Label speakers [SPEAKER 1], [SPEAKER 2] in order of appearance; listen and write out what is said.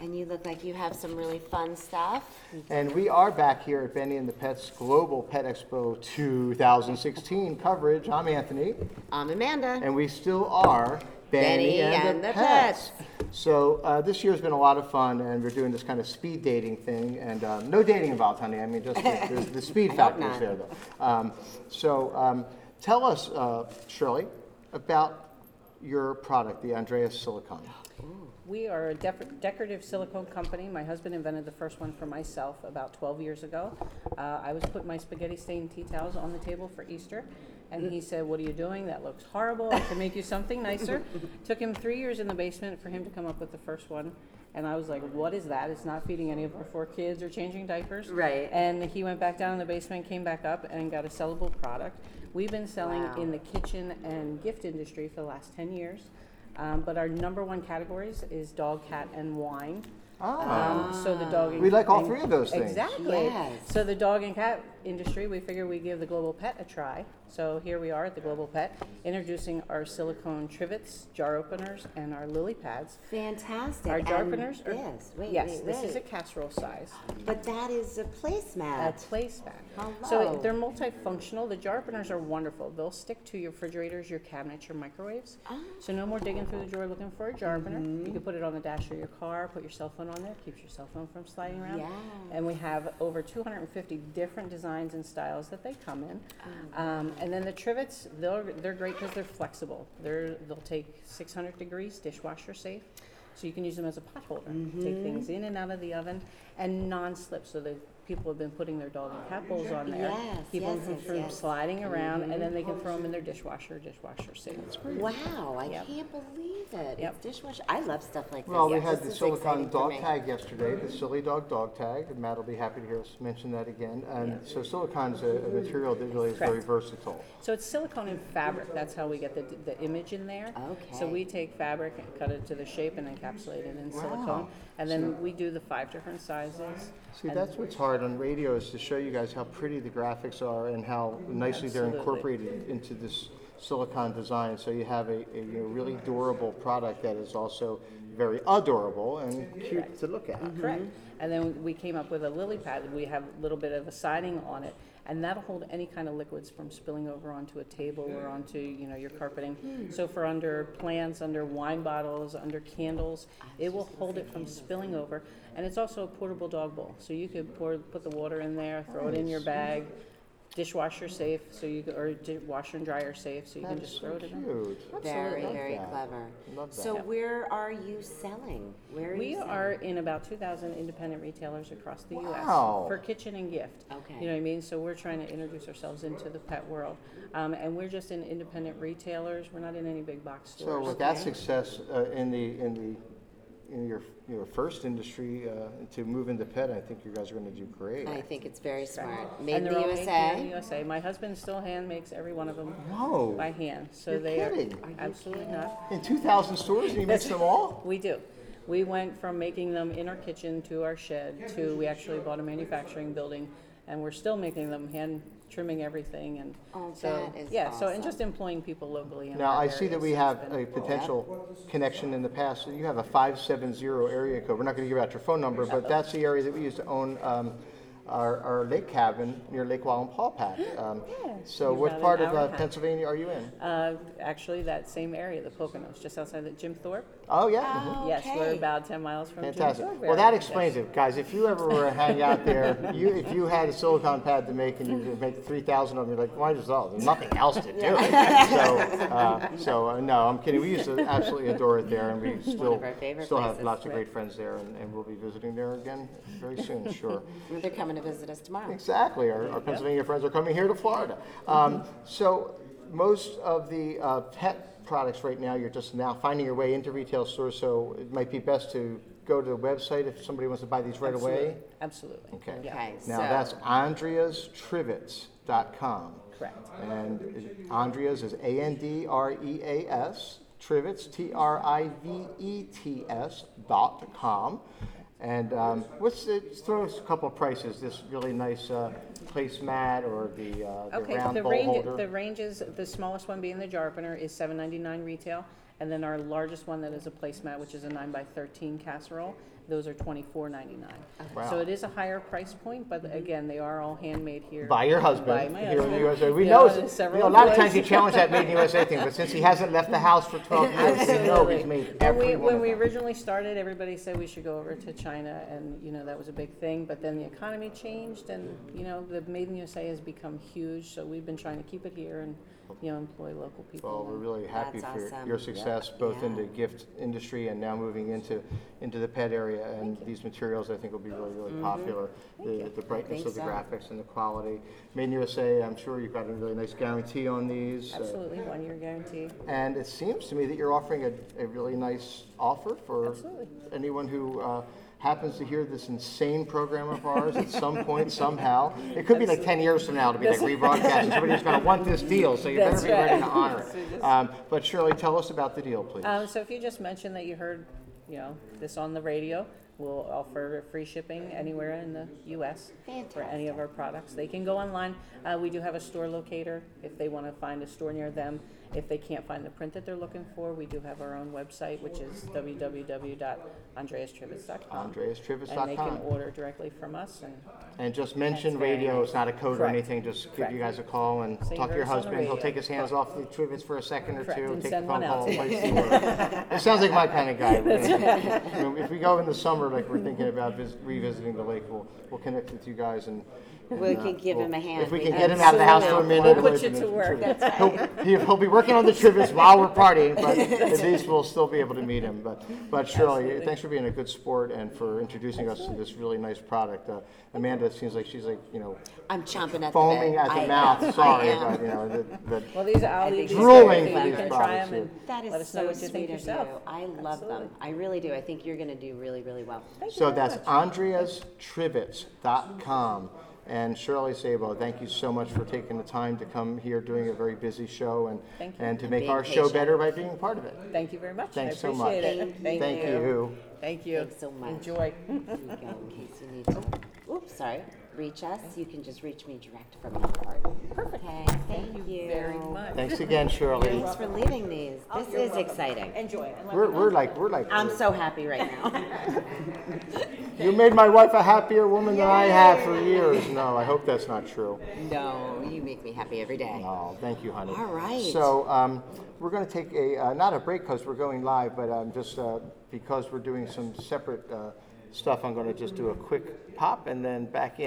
[SPEAKER 1] And you look like you have some really fun stuff.
[SPEAKER 2] And we are back here at Benny and the Pets Global Pet Expo 2016 coverage. I'm Anthony,
[SPEAKER 1] I'm Amanda.
[SPEAKER 2] and we still are Benny,
[SPEAKER 1] Benny
[SPEAKER 2] and,
[SPEAKER 1] and
[SPEAKER 2] the,
[SPEAKER 1] the
[SPEAKER 2] Pets. So uh, this year's been a lot of fun, and we're doing this kind of speed dating thing, and um, no dating involved, honey. I mean, just the, the, the speed factor is
[SPEAKER 1] not.
[SPEAKER 2] there, though. Um, so um, tell us, uh, Shirley, about your product, the Andreas Silicone.
[SPEAKER 3] We are a def- decorative silicone company. My husband invented the first one for myself about 12 years ago. Uh, I was putting my spaghetti stained tea towels on the table for Easter, and he said, What are you doing? That looks horrible. I can make you something nicer. Took him three years in the basement for him to come up with the first one. And I was like, What is that? It's not feeding any of our four kids or changing diapers.
[SPEAKER 1] Right.
[SPEAKER 3] And he went back down in the basement, came back up, and got a sellable product. We've been selling
[SPEAKER 1] Wow.
[SPEAKER 3] in the kitchen and gift industry for the last 10 years. Um, but our number one categories is dog, cat, and wine. Um, so the dog. and-
[SPEAKER 2] Ah. We like all
[SPEAKER 3] and-
[SPEAKER 2] three of those things.
[SPEAKER 3] Exactly.
[SPEAKER 1] Yes.
[SPEAKER 3] So the dog and cat industry, we figure we give the global pet a try. So here we are at the global pet, introducing our silicone trivets, jar openers, and our lily pads.
[SPEAKER 1] Fantastic.
[SPEAKER 3] Our jar
[SPEAKER 1] And
[SPEAKER 3] openers are
[SPEAKER 1] This, wait,
[SPEAKER 3] yes,
[SPEAKER 1] wait,
[SPEAKER 3] this is a
[SPEAKER 1] wait.
[SPEAKER 3] casserole size
[SPEAKER 1] But that is a
[SPEAKER 3] a
[SPEAKER 1] placemat.
[SPEAKER 3] placemat.
[SPEAKER 1] Hello.
[SPEAKER 3] So they're multifunctional. The jar openers are wonderful. They'll stick to your refrigerators, your cabinets, your microwaves. So no more digging through the drawer looking for a jar opener. You can put it on the dash of your car, put your cell phone on there, keeps your cell phone from sliding around.
[SPEAKER 1] Yes.
[SPEAKER 3] And we have over 250 different designs and styles that they come in.
[SPEAKER 1] Mm.
[SPEAKER 3] Um, and then the trivets, they're, they're great because they're flexible. They're, they'll take 600 degrees, dishwasher safe. So you can use them as a pot holder,
[SPEAKER 1] Mm-hmm.
[SPEAKER 3] take things in and out of the oven, and non-slip. So the people have been putting their dog and cat bowls on there,
[SPEAKER 1] Yes,
[SPEAKER 3] keep
[SPEAKER 1] yes,
[SPEAKER 3] them
[SPEAKER 1] yes,
[SPEAKER 3] from
[SPEAKER 1] yes. Mm-hmm.
[SPEAKER 3] sliding around, and then they can throw them in their dishwasher, dishwasher safe.
[SPEAKER 1] Wow, I
[SPEAKER 3] Yep.
[SPEAKER 1] can't believe it.
[SPEAKER 3] Yep.
[SPEAKER 1] It's dishwasher. I love stuff like this.
[SPEAKER 2] Well, we
[SPEAKER 1] This
[SPEAKER 2] had the
[SPEAKER 1] is
[SPEAKER 2] Silicon
[SPEAKER 1] exciting for
[SPEAKER 2] Dog
[SPEAKER 1] me.
[SPEAKER 2] Tag yesterday,
[SPEAKER 3] Mm-hmm.
[SPEAKER 2] the Silly Dog Dog Tag, and Matt will be happy to hear us mention that again. And so silicon's a, a material that really is very
[SPEAKER 3] Correct.
[SPEAKER 2] versatile.
[SPEAKER 3] So it's silicone and fabric. That's how we get the, the image in there.
[SPEAKER 1] Okay.
[SPEAKER 3] So we take fabric and cut it to the shape and encapsulate it in silicone, and then we do the five different sizes.
[SPEAKER 2] See,
[SPEAKER 3] and-
[SPEAKER 2] that's what's hard on radio is to show you guys how pretty the graphics are and how nicely they're
[SPEAKER 3] Mm-hmm. Absolutely.
[SPEAKER 2] incorporated into this silicon design. So you have a, a you know, really durable product that is also very adorable and cute to look at.
[SPEAKER 3] Correct. Mm-hmm. And then we came up with a lily pad. We have a little bit of a siding on it, and that'll hold any kind of liquids from spilling over onto a table or onto, you know, your carpeting. So for under plants, under wine bottles, under candles, it will hold it from spilling over. And it's also a portable dog bowl, so you could pour, put the water in there, throw it in your bag, dishwasher safe, so you, could- or di- washer and dryer safe, so you can
[SPEAKER 2] That's
[SPEAKER 3] just throw
[SPEAKER 2] so
[SPEAKER 3] it in. there.
[SPEAKER 2] cute.
[SPEAKER 1] Very,
[SPEAKER 3] Absolutely.
[SPEAKER 1] very
[SPEAKER 2] that.
[SPEAKER 1] clever.
[SPEAKER 2] Love
[SPEAKER 1] So where are you selling? Where are
[SPEAKER 3] We
[SPEAKER 1] you selling?
[SPEAKER 3] are in about 2,000 independent retailers across the
[SPEAKER 2] Wow.
[SPEAKER 3] U.S. for kitchen and gift.
[SPEAKER 1] Okay.
[SPEAKER 3] You know what I mean? So we're trying to introduce ourselves into the pet world. Um, and we're just in independent retailers. We're not in any big box
[SPEAKER 2] So
[SPEAKER 3] stores.
[SPEAKER 2] with that success uh, in the, in the, in your, your first industry uh, to move into pet, I think you guys are going to do great.
[SPEAKER 1] I think it's very smart. Made in
[SPEAKER 3] And
[SPEAKER 1] the
[SPEAKER 3] they're all made here in the
[SPEAKER 1] USA.
[SPEAKER 3] USA. My husband still hand makes every one of them
[SPEAKER 2] Whoa.
[SPEAKER 3] by hand. So
[SPEAKER 2] You're
[SPEAKER 3] they are
[SPEAKER 2] kidding. Are you
[SPEAKER 3] absolutely not.
[SPEAKER 2] In 2,000 stores, and you mix them all?
[SPEAKER 3] We do. We went from making them in our kitchen to our shed to we actually bought a manufacturing building and we're still making them hand trimming everything and
[SPEAKER 1] Oh,
[SPEAKER 3] so
[SPEAKER 1] that is
[SPEAKER 3] yeah so
[SPEAKER 1] awesome.
[SPEAKER 3] and just employing people locally in
[SPEAKER 2] Now,
[SPEAKER 3] our
[SPEAKER 2] I see that
[SPEAKER 3] areas.
[SPEAKER 2] we
[SPEAKER 3] It's
[SPEAKER 2] have
[SPEAKER 3] been-
[SPEAKER 2] a potential connection in the past. You have a 570 area code. We're not going to give out your phone number, but that's the area that we used to own um, our, our lake cabin near Lake Wallenpaupack. Um, So
[SPEAKER 3] You've got
[SPEAKER 2] what
[SPEAKER 3] an
[SPEAKER 2] part of
[SPEAKER 3] hour and
[SPEAKER 2] uh,
[SPEAKER 3] a half.
[SPEAKER 2] Pennsylvania are you in?
[SPEAKER 3] uh, actually that same area the Poconos just outside the Jim Thorpe
[SPEAKER 2] Oh, yeah. mhm.
[SPEAKER 3] yes we're
[SPEAKER 1] Okay.
[SPEAKER 3] about 10 miles from
[SPEAKER 2] Fantastic.
[SPEAKER 3] Jim Thorpe
[SPEAKER 2] Well, that
[SPEAKER 3] area.
[SPEAKER 2] explains it, guys. If you ever were to hang out there, you, if you had a silicon pad to make and you could make three thousand of them, you're like, why does all? There's nothing else to do. So, uh, so uh, no, I'm kidding. We used to absolutely adore it there, and we still
[SPEAKER 1] our favorite
[SPEAKER 2] still have
[SPEAKER 1] places.
[SPEAKER 2] lots of great friends there, and, and we'll be visiting there again very soon, sure.
[SPEAKER 1] They're coming to visit us tomorrow.
[SPEAKER 2] Exactly. Our, our Pennsylvania friends are coming here to Florida. Um, so most of the uh, pet products right now, you're just now finding your way into retail stores. So it might be best to go to the website if somebody wants to buy these right away.
[SPEAKER 3] absolutely
[SPEAKER 2] Okay.
[SPEAKER 3] Yeah.
[SPEAKER 1] Okay,
[SPEAKER 2] Now
[SPEAKER 1] so-
[SPEAKER 2] that's andreastrivets.com.
[SPEAKER 3] Correct.
[SPEAKER 2] And Andreas is A N D R E A S, Trivets, T R I V E T S dot com. And um, what's the, throw us a couple of prices, this really nice uh, placemat or the, uh, the
[SPEAKER 3] Okay,
[SPEAKER 2] round
[SPEAKER 3] the
[SPEAKER 2] bowl
[SPEAKER 3] range,
[SPEAKER 2] holder.
[SPEAKER 3] the ranges, the smallest one being the jar opener is seven ninety-nine retail, and then our largest one that is a placemat, which is a nine by thirteen casserole, Those are twenty-four ninety-nine.
[SPEAKER 2] Wow. Mm-hmm.
[SPEAKER 3] So it is a higher price point, but again, they are all handmade here.
[SPEAKER 2] By your
[SPEAKER 3] By
[SPEAKER 2] husband,
[SPEAKER 3] my
[SPEAKER 2] here in the
[SPEAKER 3] husband.
[SPEAKER 2] USA. We
[SPEAKER 3] Yeah,
[SPEAKER 2] know,
[SPEAKER 3] there's
[SPEAKER 2] you
[SPEAKER 3] several
[SPEAKER 2] know, a lot of
[SPEAKER 3] employees.
[SPEAKER 2] times you challenge that Made in USA thing, but since he hasn't left the house for 12 years, we know he's made
[SPEAKER 3] When we,
[SPEAKER 2] every one
[SPEAKER 3] when
[SPEAKER 2] of
[SPEAKER 3] we
[SPEAKER 2] them.
[SPEAKER 3] originally started, everybody said we should go over to China, and, you know, that was a big thing, but then the economy changed, and, you know, the Made in USA has become huge, so we've been trying to keep it here and, you know, employ local
[SPEAKER 2] Well, we're
[SPEAKER 3] people.
[SPEAKER 2] really happy
[SPEAKER 1] That's
[SPEAKER 2] for your-
[SPEAKER 1] awesome.
[SPEAKER 2] your
[SPEAKER 1] Yeah.
[SPEAKER 2] success, both in
[SPEAKER 1] Yeah.
[SPEAKER 2] the gift industry and now moving into, into the pet area. And these materials, I think, will be really, really
[SPEAKER 1] Mm-hmm.
[SPEAKER 2] popular. The the brightness
[SPEAKER 1] think
[SPEAKER 2] of the
[SPEAKER 1] so.
[SPEAKER 2] graphics and the quality. Made in USA, I'm sure you've got a really nice guarantee on these. uh,
[SPEAKER 3] Absolutely, one-year guarantee.
[SPEAKER 2] And it seems to me that you're offering a, a really nice offer for
[SPEAKER 3] Absolutely.
[SPEAKER 2] anyone who uh, happens to hear this insane program of ours at some point, somehow. It could be like 10 years from now to be like rebroadcast. and Somebody's going to want this deal, so you better
[SPEAKER 3] That's
[SPEAKER 2] be ready to
[SPEAKER 3] right.
[SPEAKER 2] honor it. Um, but Shirley, tell us about the deal, please.
[SPEAKER 3] Um, so if you just mentioned that you heard, you know, this on the radio, we'll offer free shipping anywhere in the U.S. for any of our products. They can go online. Uh, we do have a store locator if they want to find a store near them. If they can't find the print that they're looking for, we do have our own website, which is
[SPEAKER 2] Oh,
[SPEAKER 3] www.andreastrivitz.com. And they can
[SPEAKER 2] AndreasTrivis.com.
[SPEAKER 3] order directly from us and
[SPEAKER 2] And just mention
[SPEAKER 3] That's very
[SPEAKER 2] radio, it's not a code or
[SPEAKER 3] Correct.
[SPEAKER 2] anything, just give you
[SPEAKER 3] Correct.
[SPEAKER 2] guys a call and
[SPEAKER 3] Say
[SPEAKER 2] talk to your
[SPEAKER 3] verse on the
[SPEAKER 2] husband, he'll
[SPEAKER 3] radio.
[SPEAKER 2] take his hands off the trivets for a second or
[SPEAKER 3] Correct,
[SPEAKER 2] two,
[SPEAKER 3] and
[SPEAKER 2] take the
[SPEAKER 3] send one
[SPEAKER 2] phone call,
[SPEAKER 3] out.
[SPEAKER 2] and place the order. It sounds like my kind of guy. You know, If we go in the summer, like we're thinking about vis- revisiting the lake, we'll, we'll connect with you guys and. and,
[SPEAKER 1] We
[SPEAKER 2] uh,
[SPEAKER 1] can give him a
[SPEAKER 2] we'll-
[SPEAKER 1] hand.
[SPEAKER 2] If we
[SPEAKER 1] We
[SPEAKER 2] can
[SPEAKER 1] can
[SPEAKER 2] get him out of the house for a
[SPEAKER 1] absolutely
[SPEAKER 2] minute.
[SPEAKER 3] put
[SPEAKER 2] away
[SPEAKER 3] you
[SPEAKER 2] from
[SPEAKER 3] to
[SPEAKER 2] the
[SPEAKER 3] work.
[SPEAKER 2] trivets. He'll, he'll- he'll be working on the trivets while we're partying, but at least we'll still be able to meet him, but, but Shirley, thanks for being a good sport and for introducing us to this really nice product. Uh, Amanda, it seems like she's like, you know,
[SPEAKER 1] I'm chomping at the bit.
[SPEAKER 2] foaming at
[SPEAKER 1] I
[SPEAKER 2] the
[SPEAKER 1] am. I
[SPEAKER 2] mouth, sorry,
[SPEAKER 1] am.
[SPEAKER 2] but, you know, that- that,
[SPEAKER 3] Well, these are all the
[SPEAKER 1] think it's
[SPEAKER 2] Drooling
[SPEAKER 3] you
[SPEAKER 2] for these
[SPEAKER 3] can try
[SPEAKER 2] products,
[SPEAKER 3] 'em and
[SPEAKER 2] yeah.
[SPEAKER 1] That
[SPEAKER 3] let
[SPEAKER 1] is
[SPEAKER 3] us know
[SPEAKER 1] so
[SPEAKER 3] what you think
[SPEAKER 1] sweet of you.
[SPEAKER 3] yourself.
[SPEAKER 1] I love them. I really do. I think you're going to do really, really well.
[SPEAKER 2] So that's andreastrivets.com. And Shirley Sabo, thank you so much for taking the time to come here during a very busy show and,
[SPEAKER 3] Thank you.
[SPEAKER 2] and to make
[SPEAKER 1] being
[SPEAKER 2] our show
[SPEAKER 1] patient.
[SPEAKER 2] better by being part of it.
[SPEAKER 3] Thank you very much. I
[SPEAKER 2] Thanks so
[SPEAKER 3] appreciate
[SPEAKER 2] much.
[SPEAKER 3] it.
[SPEAKER 1] Thank
[SPEAKER 2] Thank
[SPEAKER 1] you.
[SPEAKER 2] you.
[SPEAKER 3] Thank you.
[SPEAKER 1] Thanks so much.
[SPEAKER 3] Enjoy.
[SPEAKER 1] There you go, in case you need to. Oops, sorry. Reach us. You can just reach me direct from my part. Perfect. Okay, thank you.
[SPEAKER 3] Very much. Oh,
[SPEAKER 2] Thanks again, Shirley.
[SPEAKER 1] Thanks for leaving these. This is exciting.
[SPEAKER 4] Enjoy it. and let
[SPEAKER 2] We're,
[SPEAKER 4] me know.
[SPEAKER 2] we're like, we're like,
[SPEAKER 1] I'm so happy right now.
[SPEAKER 2] you made my wife a happier woman than I have for years. No, I hope that's not true.
[SPEAKER 1] No, you make me happy every day.
[SPEAKER 2] Oh, thank you, honey.
[SPEAKER 1] All right.
[SPEAKER 2] So um, we're going to take a, uh, not a break because we're going live, but um, just uh, because we're doing some separate uh, stuff, I'm going to just do a quick pop and then back in.